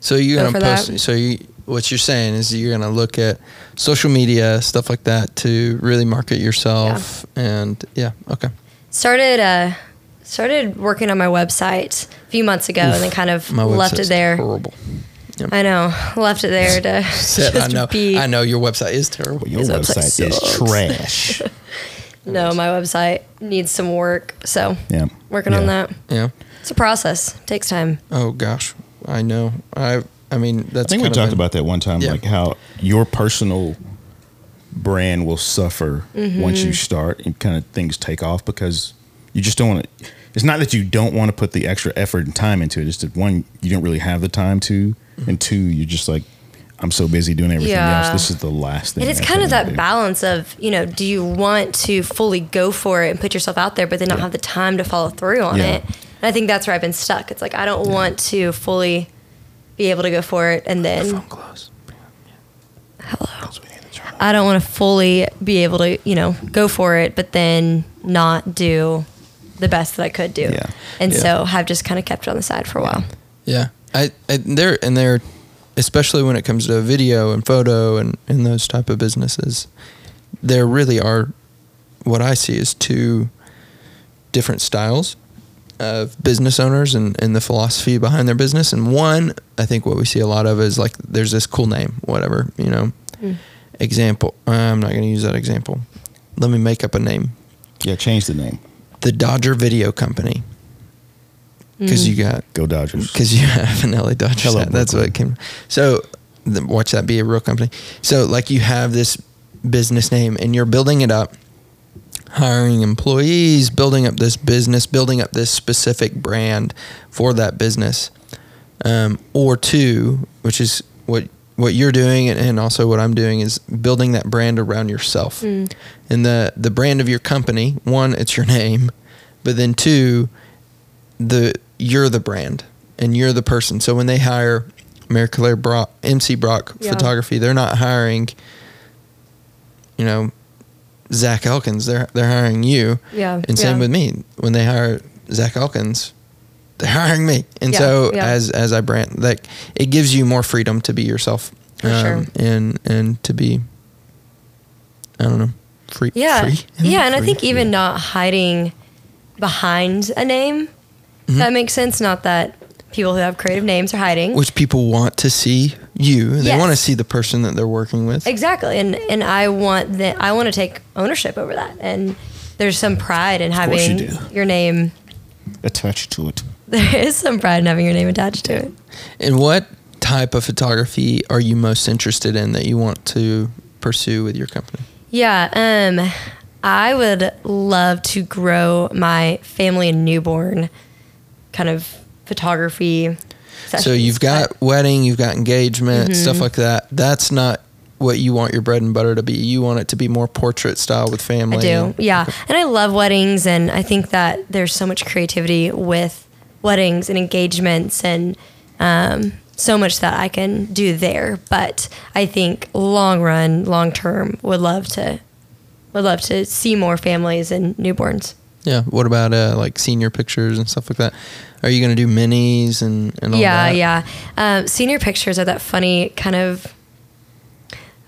Speaker 2: So you're
Speaker 1: Go
Speaker 2: gonna
Speaker 1: for
Speaker 2: post.
Speaker 1: that.
Speaker 2: So you, what you're saying is you're gonna look at social media stuff like that to really market yourself. And yeah, okay.
Speaker 1: started uh started working on my website a few months ago and then kind of
Speaker 2: My
Speaker 1: left it
Speaker 2: website's
Speaker 1: there
Speaker 2: Horrible.
Speaker 1: i know <laughs> left it there to
Speaker 2: <laughs> Said,
Speaker 1: <laughs>
Speaker 2: I
Speaker 1: just
Speaker 2: know.
Speaker 1: be
Speaker 2: I know your website is terrible.
Speaker 3: Your
Speaker 1: His website
Speaker 3: website is
Speaker 1: sucks.
Speaker 3: trash.
Speaker 1: no my website needs some work so
Speaker 3: yeah.
Speaker 1: working on
Speaker 3: Yeah.
Speaker 1: that
Speaker 2: Yeah.
Speaker 1: it's a process takes time
Speaker 2: Oh gosh, I know. I I mean that's.
Speaker 3: I think
Speaker 2: kind
Speaker 3: we
Speaker 2: of
Speaker 3: talked
Speaker 2: been-
Speaker 3: about that one time,
Speaker 2: Yeah.
Speaker 3: like how your personal brand will suffer
Speaker 1: Mm-hmm.
Speaker 3: once you start and kind of things take off because you just don't want to. It's not that you don't want to put the extra effort and time into it. It's that one, you don't really have the time to, and two, you're just like, I'm so busy doing everything
Speaker 1: Mm-hmm. Yeah.
Speaker 3: else. This is the last thing.
Speaker 1: and it's
Speaker 3: I
Speaker 1: kind of
Speaker 3: wanna
Speaker 1: that
Speaker 3: do."
Speaker 1: balance of you know do you want to fully go for it and put yourself out there but then not
Speaker 3: Yeah.
Speaker 1: have the time to follow through on
Speaker 3: Yeah.
Speaker 1: it and i think that's where i've been stuck it's like i don't want to fully be able to go for it, and then
Speaker 3: closed.
Speaker 1: hello.
Speaker 3: we need to turn
Speaker 1: I don't want to fully be able to, you know, go for it, but then not do the best that I could do.
Speaker 3: Yeah.
Speaker 1: And
Speaker 2: Yeah.
Speaker 1: so have just kind of kept it on the side for a while.
Speaker 2: Yeah, I, I there and there, especially when it comes to video and photo and and those type of businesses, there really are what I see is two different styles of business owners and, and the philosophy behind their business. And one, I think what we see a lot of is like there's this cool name, whatever, you know. Example. I'm not going to use that example. Let me make up a name.
Speaker 3: Yeah, change the name.
Speaker 2: The Dodger Video Company. Because you got
Speaker 3: Go Dodgers.
Speaker 2: because you <laughs> have an LA Dodgers
Speaker 3: Hello,
Speaker 2: hat. That's what it came. So the, watch that be a real company. So like you have this business name and you're building it up, hiring employees, building up this business, building up this specific brand for that business, um, or two, which is what what you're doing and, and also what I'm doing is building that brand around yourself.
Speaker 1: Hmm.
Speaker 2: And the the brand of your company, one, it's your name, but then two, the you're the brand and you're the person. So when they hire Mary Claire Brock, MC Brock
Speaker 1: Yeah.
Speaker 2: Photography, they're not hiring, you know, Zach Elkins. They're they're hiring you.
Speaker 1: Yeah,
Speaker 2: And same
Speaker 1: yeah.
Speaker 2: with me. When they hire Zach Elkins, they're hiring me. And
Speaker 1: Yeah,
Speaker 2: so
Speaker 1: yeah.
Speaker 2: as as I brand, like it gives you more freedom to be yourself. um,
Speaker 1: For sure.
Speaker 2: And and to be, I don't know, free.
Speaker 1: Yeah.
Speaker 2: Free?
Speaker 1: Yeah. And I
Speaker 2: Free?
Speaker 1: think e- even not hiding behind a name, if that makes sense. Not that people who have creative names are hiding.
Speaker 2: which people want to see you. They
Speaker 1: Yes.
Speaker 2: want to see the person that they're working with.
Speaker 1: Exactly, and and I want that. I want to take ownership over that, and there's some pride in
Speaker 3: course you
Speaker 1: having
Speaker 3: do.
Speaker 1: your name. <laughs>
Speaker 3: Attach to it.
Speaker 1: There is some pride in having your name attached to it.
Speaker 2: And what type of photography are you most interested in that you want to pursue with your company?
Speaker 1: Yeah. Um, I would love to grow my family and newborn kind of photography.
Speaker 2: So
Speaker 1: sessions.
Speaker 2: you've got wedding, you've got engagement,
Speaker 1: Mm-hmm.
Speaker 2: stuff like that. That's not what you want your bread and butter to be. You want it to be more portrait style with
Speaker 1: I
Speaker 2: family.
Speaker 1: do. Yeah. And I love weddings and I think that there's so much creativity with weddings and engagements and um, so much that I can do there. But I think long run, long term would love to would love to see more families and newborns.
Speaker 2: Yeah. What about uh, like senior pictures and stuff like that? Are you going to do minis and, and all
Speaker 1: yeah,
Speaker 2: that?
Speaker 1: yeah. Um, senior pictures are that funny kind of,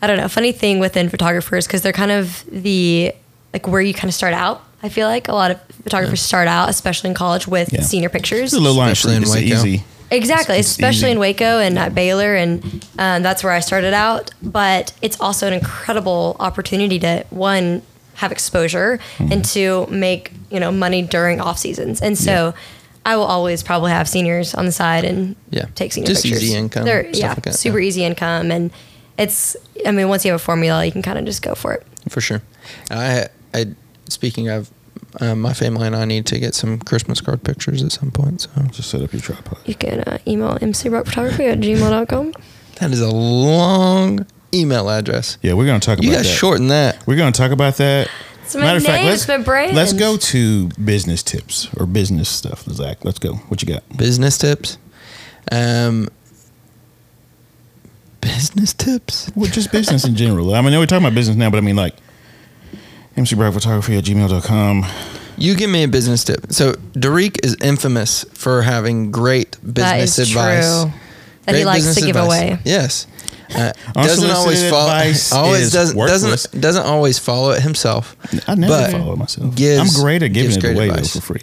Speaker 1: I don't know, funny thing within photographers because they're kind of the like where you kind of start out. I feel like a lot of photographers start out, especially in college, with
Speaker 3: Yeah.
Speaker 1: senior pictures.
Speaker 3: It's a low line
Speaker 2: Especially in
Speaker 3: fruit. It's
Speaker 2: Waco.
Speaker 3: easy.
Speaker 1: Exactly,
Speaker 3: It's- it's
Speaker 1: especially
Speaker 3: easy.
Speaker 1: in Waco and at Baylor, and um, that's where I started out. But it's also an incredible opportunity to one have exposure
Speaker 2: Mm-hmm.
Speaker 1: and to make you know money during off seasons. And so, I will always probably have seniors on the side and
Speaker 2: Yeah.
Speaker 1: take senior
Speaker 2: Just
Speaker 1: pictures.
Speaker 2: easy income,
Speaker 1: They're-
Speaker 2: stuff
Speaker 1: yeah,
Speaker 2: like that,
Speaker 1: super
Speaker 2: yeah.
Speaker 1: easy income, and it's. I mean, once you have a formula, you can kind of just go for it.
Speaker 2: For sure. I, I, speaking of, uh, my family and I need to get some Christmas card pictures at some point. So
Speaker 3: Just set up your tripod.
Speaker 1: You can uh, email mcrockphotography at gmail.com.
Speaker 2: That is a long email address.
Speaker 3: Yeah, we're gonna talk about
Speaker 2: You got
Speaker 3: that.
Speaker 2: to shorten that.
Speaker 3: We're gonna talk about that.
Speaker 1: It's my name, it's my brand.
Speaker 3: let's go to business tips or business stuff, Zach. Let's go. What you got?
Speaker 2: Business tips. Um, business tips.
Speaker 3: Well, just business in general. I mean, I know we're talking about business now, but I mean, like, mcbragphotography at gmail.com.
Speaker 2: You give me a business tip. So Derek is infamous for having great
Speaker 1: That
Speaker 2: business
Speaker 1: is
Speaker 2: advice.
Speaker 1: true. That he
Speaker 2: Great
Speaker 1: likes to
Speaker 2: business
Speaker 1: give
Speaker 2: advice.
Speaker 1: away.
Speaker 2: Yes. Uh, doesn't
Speaker 3: Unsolicited
Speaker 2: always
Speaker 3: advice
Speaker 2: follow. <laughs> Always
Speaker 3: is
Speaker 2: doesn't
Speaker 3: worthless.
Speaker 2: doesn't doesn't always follow it himself.
Speaker 3: I never
Speaker 2: But
Speaker 3: follow it myself.
Speaker 2: gives-
Speaker 3: I'm great at giving
Speaker 2: gives
Speaker 3: it
Speaker 2: great
Speaker 3: away
Speaker 2: advice.
Speaker 3: though for free.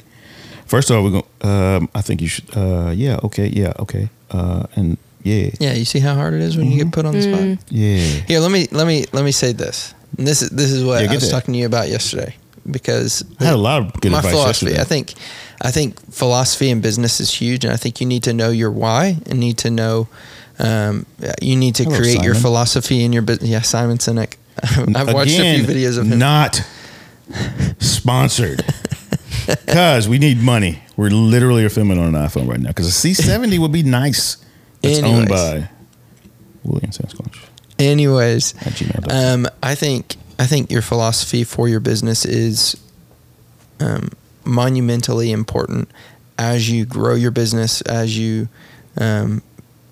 Speaker 3: First of all, we're going. Um, I think you should. Uh, yeah. Okay. Yeah. Okay. Uh, and yeah.
Speaker 2: Yeah, you see how hard it is when you get put on the spot.
Speaker 3: Yeah.
Speaker 2: Here, let me let me let me say this. And this is this is what
Speaker 3: Yeah,
Speaker 2: I
Speaker 3: get
Speaker 2: was
Speaker 3: it.
Speaker 2: talking to you about yesterday because
Speaker 3: I had a lot of good
Speaker 2: my
Speaker 3: advice
Speaker 2: philosophy.
Speaker 3: yesterday.
Speaker 2: I think I think philosophy in business is huge, and I think you need to know your why and need to know um, you need to
Speaker 3: Hello,
Speaker 2: create your
Speaker 3: Simon.
Speaker 2: philosophy in your business. Yeah, Simon Sinek. <laughs> I've watched a few
Speaker 3: Again,
Speaker 2: videos of him.
Speaker 3: Not
Speaker 2: <laughs>
Speaker 3: sponsored. Because we need money. We're literally filming on an iPhone right now. Because a C70 would be nice. It's
Speaker 2: Anyways.
Speaker 3: owned by William Sasquatch.
Speaker 2: Anyways,
Speaker 3: At gmail.com.
Speaker 2: um, I think I think your philosophy for your business is um, monumentally important as you grow your business, as you um,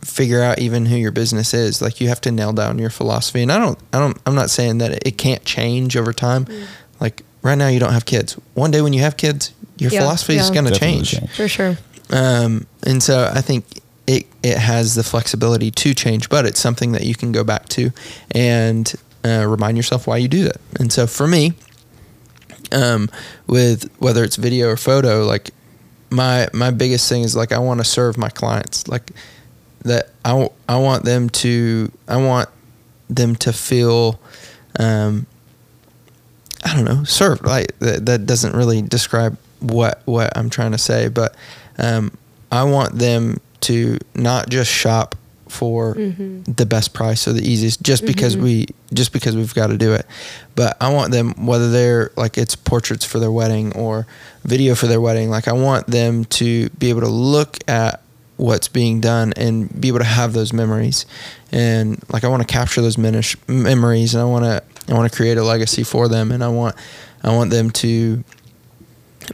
Speaker 2: figure out even who your business is. Like you have to nail down your philosophy. And I don't, I don't, I'm not saying that it, it can't change over time.
Speaker 1: Mm.
Speaker 2: Like right now, you don't have kids. One day when you have kids, your
Speaker 1: Yeah,
Speaker 2: philosophy is
Speaker 1: yeah.
Speaker 2: going to
Speaker 3: Definitely
Speaker 2: change.
Speaker 3: change.
Speaker 1: for sure.
Speaker 2: Um, and so I think it it has the flexibility to change, but it's something that you can go back to and uh, remind yourself why you do that. And so for me, um, with whether it's video or photo, like my my biggest thing is like I want to serve my clients, like that I w- I want them to I want them to feel. Um, I don't know, served. Like that, that doesn't really describe what what I'm trying to say, but um, I want them to not just shop for the best price or the easiest, just because we just because we've got to do it. But I want them, whether they're like it's portraits for their wedding or video for their wedding, like I want them to be able to look at what's being done and be able to have those memories and like I want to capture those minish, memories and I want to I want to create a legacy for them and I want I want them to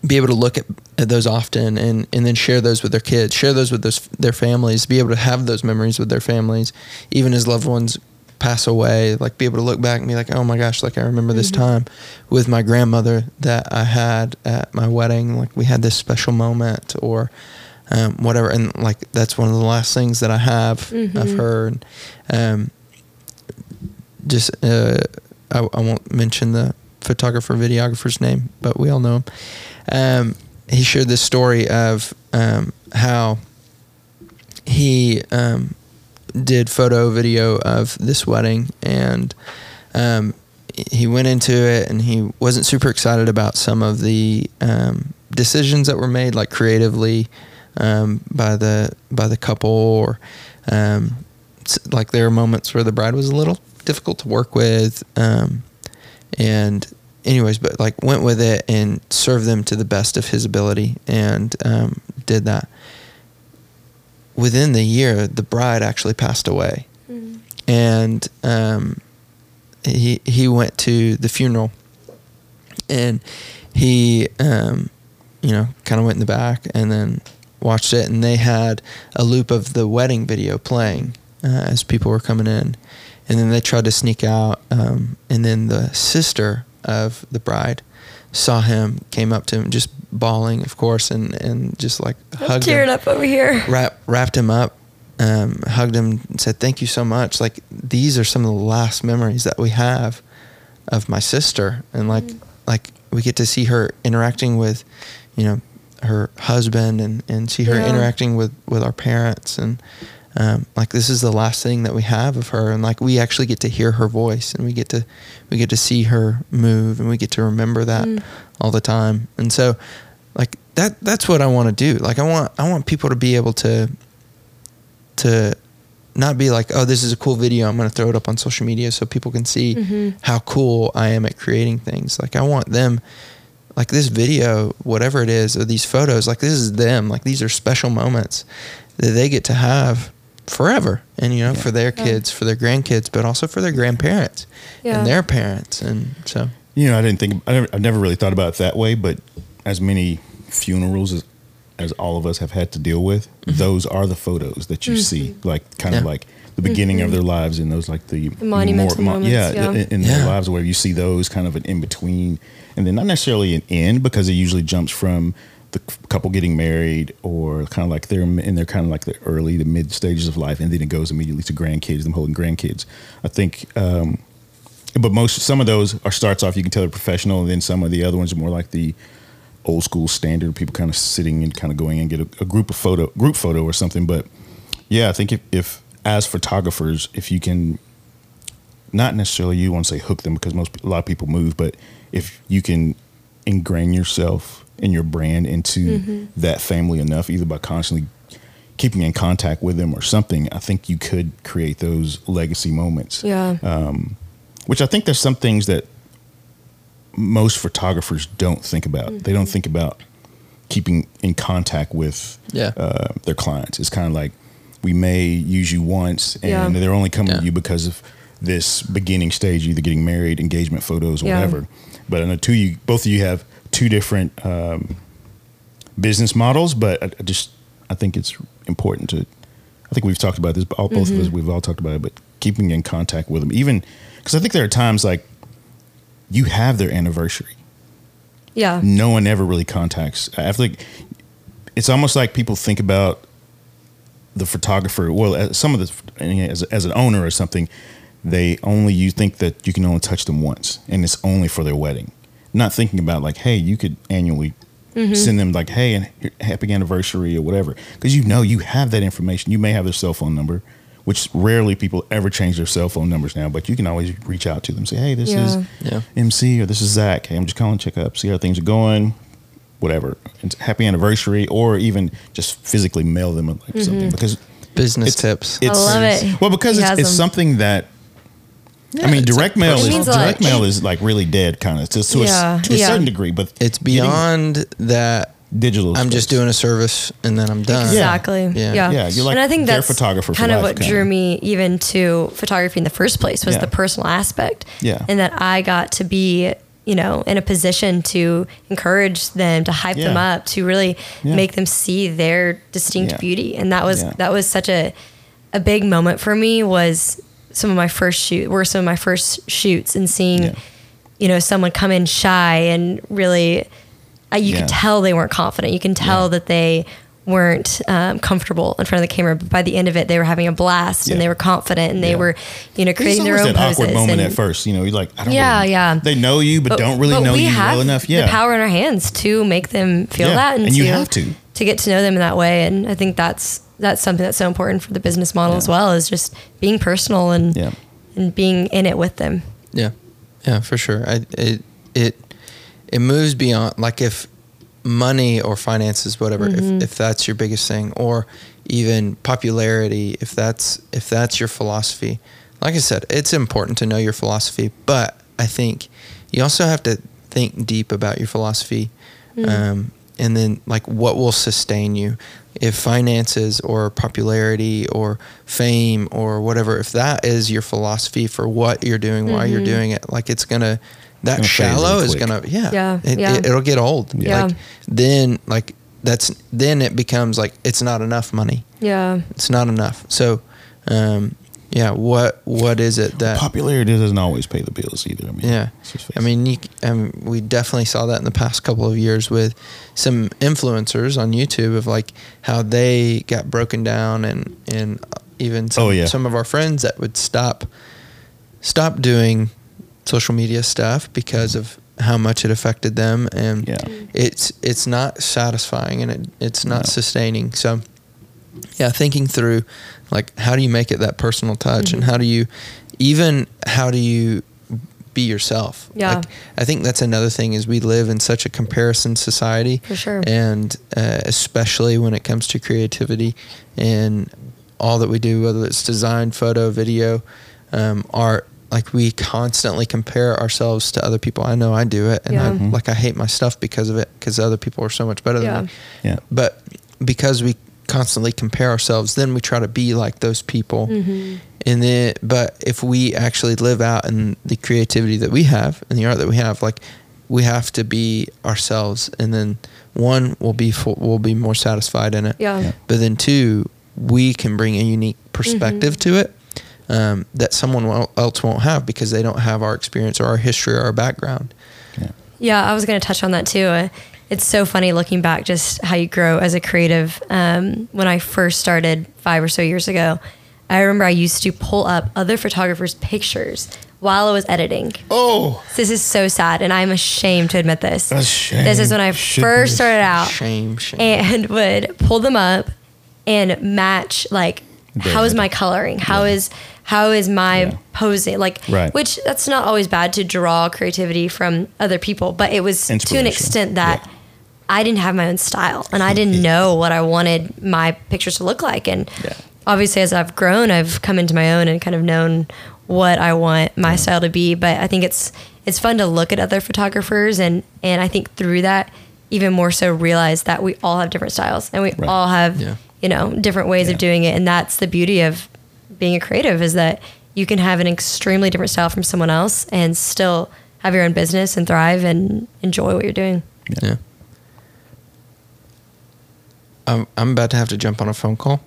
Speaker 2: be able to look at, at those often and and then share those with their kids share those with those their families be able to have those memories with their families even as loved ones pass away like be able to look back and be like oh my gosh like I remember this time with my grandmother that I had at my wedding like we had this special moment or um, whatever. And like that's one of the last things that I have of her. And, um, just uh, I, I won't mention the photographer videographer's name, but we all know him. Um, he shared this story of um, how he um, did photo video of this wedding and um, he went into it and he wasn't super excited about some of the um, decisions that were made like creatively um, by the by the couple or um, s- like there were moments where the bride was a little difficult to work with um, and anyways but like went with it and served them to the best of his ability and um, did that within the year, the bride actually passed away, and um, he he went to the funeral, and he um, you know kind of went in the back and then watched it, and they had a loop of the wedding video playing uh, as people were coming in, and then they tried to sneak out, um, and then the sister of the bride saw him, came up to him, just bawling, of course, and and just like
Speaker 1: I'm
Speaker 2: hugged him
Speaker 1: tearing up over here.
Speaker 2: wrap, wrapped him up, um, hugged him, and said, "Thank you so much." Like these are some of the last memories that we have of my sister, and like like we get to see her interacting with, you know, her husband, and and see her
Speaker 1: Yeah.
Speaker 2: interacting with with our parents, and um, like this is the last thing that we have of her, and like we actually get to hear her voice, and we get to we get to see her move, and we get to remember that all the time, and so like that that's what I want to do. Like I want I want people to be able to to not be like, oh, this is a cool video. I'm going to throw it up on social media so people can see
Speaker 1: Mm-hmm.
Speaker 2: how cool I am at creating things. Like I want them like this video, whatever it is, or these photos, like this is them. Like these are special moments that they get to have forever. And you know, for their
Speaker 1: Yeah.
Speaker 2: kids, for their grandkids, but also for their grandparents
Speaker 1: Yeah.
Speaker 2: and their parents. And so
Speaker 3: You know, I didn't think I never, I've never really thought about it that way, but as many funerals as as all of us have had to deal with, those are the photos that you see, like kind of
Speaker 2: Mm-hmm. Yeah.
Speaker 3: like the beginning of their lives and those like the,
Speaker 1: monumental moments,
Speaker 3: yeah,
Speaker 1: yeah.
Speaker 3: in, in
Speaker 2: Yeah.
Speaker 3: their lives where you see those kind of an in between, and then not necessarily an end because it usually jumps from the c- couple getting married or kind of like they're in their kind of like the early to mid stages of life, and then it goes immediately to grandkids, them holding grandkids. I think um, but most some of those are starts off you can tell they're professional and then some of the other ones are more like the old school standard people kind of sitting and kind of going and get a, a group of photo group photo or something but yeah i think if, if as photographers if you can not necessarily you want to say hook them because most a lot of people move but if you can ingrain yourself and your brand into that family enough either by constantly keeping in contact with them or something i think you could create those legacy moments
Speaker 1: Yeah.
Speaker 3: which I think there's some things that most photographers don't think about. They don't think about keeping in contact with
Speaker 2: Yeah.
Speaker 3: uh, their clients. It's kind of like we may use you once, and
Speaker 1: Yeah.
Speaker 3: they're only coming
Speaker 2: Yeah.
Speaker 3: to you because of this beginning stage, either getting married, engagement photos, or
Speaker 1: Yeah.
Speaker 3: whatever. But I know two you both of you have two different um, business models, but I, I just I think it's important to I think we've talked about this, but all, both of us, we've all talked about it, but keeping in contact with them, even because I think there are times like you have their anniversary.
Speaker 1: Yeah.
Speaker 3: No one ever really contacts. I feel like it's almost like people think about the photographer. Well, as some of the as, as an owner or something, they only you think that you can only touch them once, and it's only for their wedding. Not thinking about like, hey, you could annually
Speaker 1: Mm-hmm.
Speaker 3: send them like, hey, and happy anniversary or whatever, because you know you have that information. You may have their cell phone number, which rarely people ever change their cell phone numbers now, but you can always reach out to them, say, hey, this
Speaker 1: Yeah.
Speaker 3: is
Speaker 2: Yeah.
Speaker 3: MC or this is Zach. Hey, I'm just calling to check up, see how things are going, whatever. And happy anniversary, or even just physically mail them like something because
Speaker 2: Business
Speaker 3: It's-
Speaker 2: tips.
Speaker 1: Mm-hmm. I
Speaker 3: it's
Speaker 1: love it.
Speaker 3: well because
Speaker 1: He
Speaker 3: it's,
Speaker 1: has
Speaker 3: it's
Speaker 1: them.
Speaker 3: something that.
Speaker 2: Yeah,
Speaker 3: I mean,
Speaker 2: it's
Speaker 3: direct
Speaker 2: a
Speaker 3: mail
Speaker 1: personal
Speaker 3: is
Speaker 1: touch.
Speaker 3: direct mail is like really dead, kind of to, to,
Speaker 1: Yeah,
Speaker 3: a, to a
Speaker 1: yeah.
Speaker 3: certain degree, but
Speaker 2: it's
Speaker 3: getting
Speaker 2: beyond that.
Speaker 3: digital.
Speaker 2: I'm just
Speaker 3: space.
Speaker 2: doing a service and then I'm done.
Speaker 1: Exactly. Yeah.
Speaker 2: Yeah.
Speaker 3: Yeah, you're like
Speaker 1: and I think
Speaker 3: their
Speaker 1: that's
Speaker 3: photographer for
Speaker 1: kind of
Speaker 3: life,
Speaker 1: what
Speaker 3: kinda.
Speaker 1: drew me even to photography in the first place was
Speaker 3: Yeah.
Speaker 1: the personal aspect.
Speaker 3: Yeah.
Speaker 1: And that I got to be, you know, in a position to encourage them, to hype them
Speaker 3: Yeah.
Speaker 1: up, to really
Speaker 3: Yeah.
Speaker 1: make them see their distinct
Speaker 3: Yeah.
Speaker 1: beauty. And that was
Speaker 3: Yeah.
Speaker 1: that was such a a big moment for me was some of my first shoot were some of my first shoots and seeing
Speaker 3: Yeah.
Speaker 1: you know someone come in shy and really uh, you
Speaker 3: Yeah.
Speaker 1: could tell they weren't confident. You can tell
Speaker 3: Yeah.
Speaker 1: that they weren't um, comfortable in front of the camera. But by the end of it, they were having a blast and
Speaker 3: Yeah.
Speaker 1: they were confident and they
Speaker 3: Yeah.
Speaker 1: were, you know,
Speaker 3: It's
Speaker 1: creating their
Speaker 3: always
Speaker 1: own
Speaker 3: that
Speaker 1: poses.
Speaker 3: awkward
Speaker 1: and,
Speaker 3: moment at first. You know, you're like, I don't.
Speaker 1: Yeah,
Speaker 3: really-
Speaker 1: yeah.
Speaker 3: They know you, but, don't really
Speaker 1: but
Speaker 3: know
Speaker 1: we
Speaker 3: you
Speaker 1: have
Speaker 3: well enough. Yeah,
Speaker 1: the power in our hands to make them feel
Speaker 3: Yeah.
Speaker 1: that, and,
Speaker 3: And you have to.
Speaker 1: get to know them in that way. And I think that's that's something that's so important for the business model
Speaker 3: Yeah.
Speaker 1: as well is just being personal and
Speaker 3: Yeah.
Speaker 1: and being in it with them.
Speaker 2: Yeah, yeah, for sure. I, it it it moves beyond like if money or finances, whatever. If if that's your biggest thing, or even popularity, if that's if that's your philosophy. Like I said, it's important to know your philosophy, but I think you also have to think deep about your philosophy, um, and then like what will sustain you. If finances or popularity or fame or whatever, if that is your philosophy for what you're doing, why you're doing it, like it's gonna that
Speaker 3: Gonna fade really
Speaker 2: shallow is
Speaker 3: quick.
Speaker 2: gonna yeah
Speaker 1: Yeah,
Speaker 2: it,
Speaker 1: yeah.
Speaker 2: It, will get old
Speaker 1: Yeah.
Speaker 2: like then like that's then it becomes like it's not enough money
Speaker 1: Yeah,
Speaker 2: it's not enough so um yeah what what is it that
Speaker 3: popularity doesn't always pay the bills either. I mean,
Speaker 2: yeah
Speaker 3: let's just face
Speaker 2: I
Speaker 3: it.
Speaker 2: mean, you, c- I mean, we definitely saw that in the past couple of years with some influencers on YouTube of like how they got broken down and and uh, even some,
Speaker 3: Oh, yeah.
Speaker 2: some of our friends that would stop stop doing social media stuff because of how much it affected them and
Speaker 3: Yeah.
Speaker 2: it's it's not satisfying and it, it's not
Speaker 3: No.
Speaker 2: sustaining so yeah thinking through like how do you make it that personal touch and how do you even how do you be yourself
Speaker 1: Yeah.
Speaker 2: like, i think that's another thing is we live in such a comparison society
Speaker 1: For sure.
Speaker 2: and uh, especially when it comes to creativity and all that we do whether it's design photo video um, art like we constantly compare ourselves to other people i know i do it and I,
Speaker 1: Yeah. Mhm.
Speaker 2: like i hate my stuff because of it because other people are so much better
Speaker 1: Yeah.
Speaker 2: than me
Speaker 3: yeah,
Speaker 2: but because we constantly compare ourselves then we try to be like those people and then but if we actually live out in the creativity that we have and the art that we have like we have to be ourselves and then one will be full, will be more satisfied in it
Speaker 1: Yeah. Yeah.
Speaker 2: but then two we can bring a unique perspective to it um, that someone wel- else won't have because they don't have our experience or our history or our background
Speaker 3: yeah.
Speaker 1: Yeah, I was going to touch on that too. Uh, It's so funny looking back just how you grow as a creative. Um, when I first started five or so years ago, I remember I used to pull up other photographers' pictures while I was editing.
Speaker 3: Oh,
Speaker 1: This is so sad, and I'm ashamed to admit this.
Speaker 3: Ashamed.
Speaker 1: This is when I
Speaker 3: Should be
Speaker 1: first started out
Speaker 2: shame shame
Speaker 1: and would pull them up and match like how is my coloring How is how is my
Speaker 3: Yeah.
Speaker 1: posing like
Speaker 3: Right.
Speaker 1: which that's not always bad to draw creativity from other people but it was to an
Speaker 3: Inspiration.
Speaker 1: extent that
Speaker 3: Yeah.
Speaker 1: I didn't have my own style and I
Speaker 3: <laughs>
Speaker 1: didn't know what I wanted my pictures to look like and
Speaker 3: Yeah.
Speaker 1: obviously as I've grown I've come into my own and kind of known what I want my style to be but I think it's it's fun to look at other photographers and and I think through that even more so realize that we all have different styles and we
Speaker 3: Right.
Speaker 1: all have
Speaker 2: Yeah.
Speaker 1: you know different ways
Speaker 3: Yeah.
Speaker 1: of doing it and that's the beauty of being a creative is that you can have an extremely different style from someone else and still have your own business and thrive and enjoy what you're doing.
Speaker 2: Yeah. I'm, I'm about to have to jump on a phone call.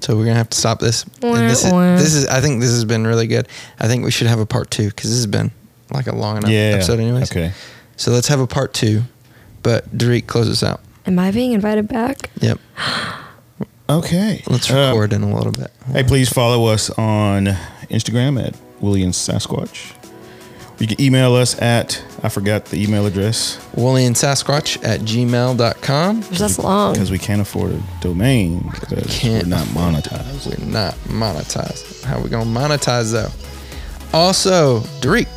Speaker 2: So we're gonna have to stop this. And this, is,
Speaker 1: Wah, wah.
Speaker 2: this is, I think this has been really good. I think we should have a part two because this has been like a long enough
Speaker 3: Yeah.
Speaker 2: episode, anyways.
Speaker 3: Okay.
Speaker 2: So let's have a part two. But Derek, close us out.
Speaker 1: Am I being invited back?
Speaker 2: Yep.
Speaker 3: Okay.
Speaker 2: Let's
Speaker 3: Uh,
Speaker 2: record in a little bit.
Speaker 3: Hey, please follow us on Instagram at Williams Sasquatch. You can email us at I forgot the email address
Speaker 2: Wooly and Sasquatch at gmail.com.
Speaker 1: Gosh, That's long.
Speaker 3: because we can't afford a domain because we're
Speaker 2: Can't
Speaker 3: not monetized.
Speaker 2: We're not monetized. How we gonna monetize though? Also, Derek,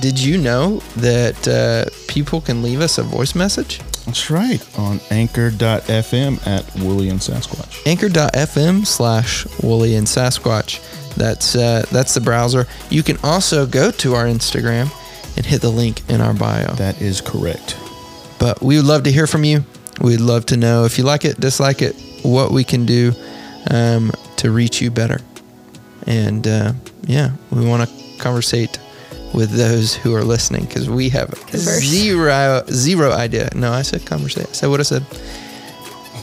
Speaker 2: did you know that uh, people can leave us a voice message?
Speaker 3: That's right. On anchor.fm at William Sasquatch.
Speaker 2: anchor.fm slash woolly and sasquatch that's uh, that's the browser you can also go to our instagram and hit the link in our bio
Speaker 3: That is correct.
Speaker 2: but we would love to hear from you we'd love to know if you like it dislike it what we can do um, to reach you better and uh, yeah we want to conversate with those who are listening because we have
Speaker 1: Converse.
Speaker 2: zero zero idea no i said conversate i said what i said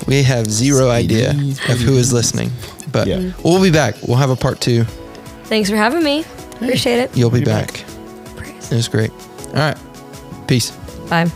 Speaker 2: we have zero idea of who is listening but
Speaker 3: Yeah.
Speaker 2: we'll be back we'll have a part two
Speaker 1: Thanks for having me. Appreciate it.
Speaker 2: you'll be
Speaker 3: Be back.
Speaker 2: back it was great all right peace
Speaker 1: Bye.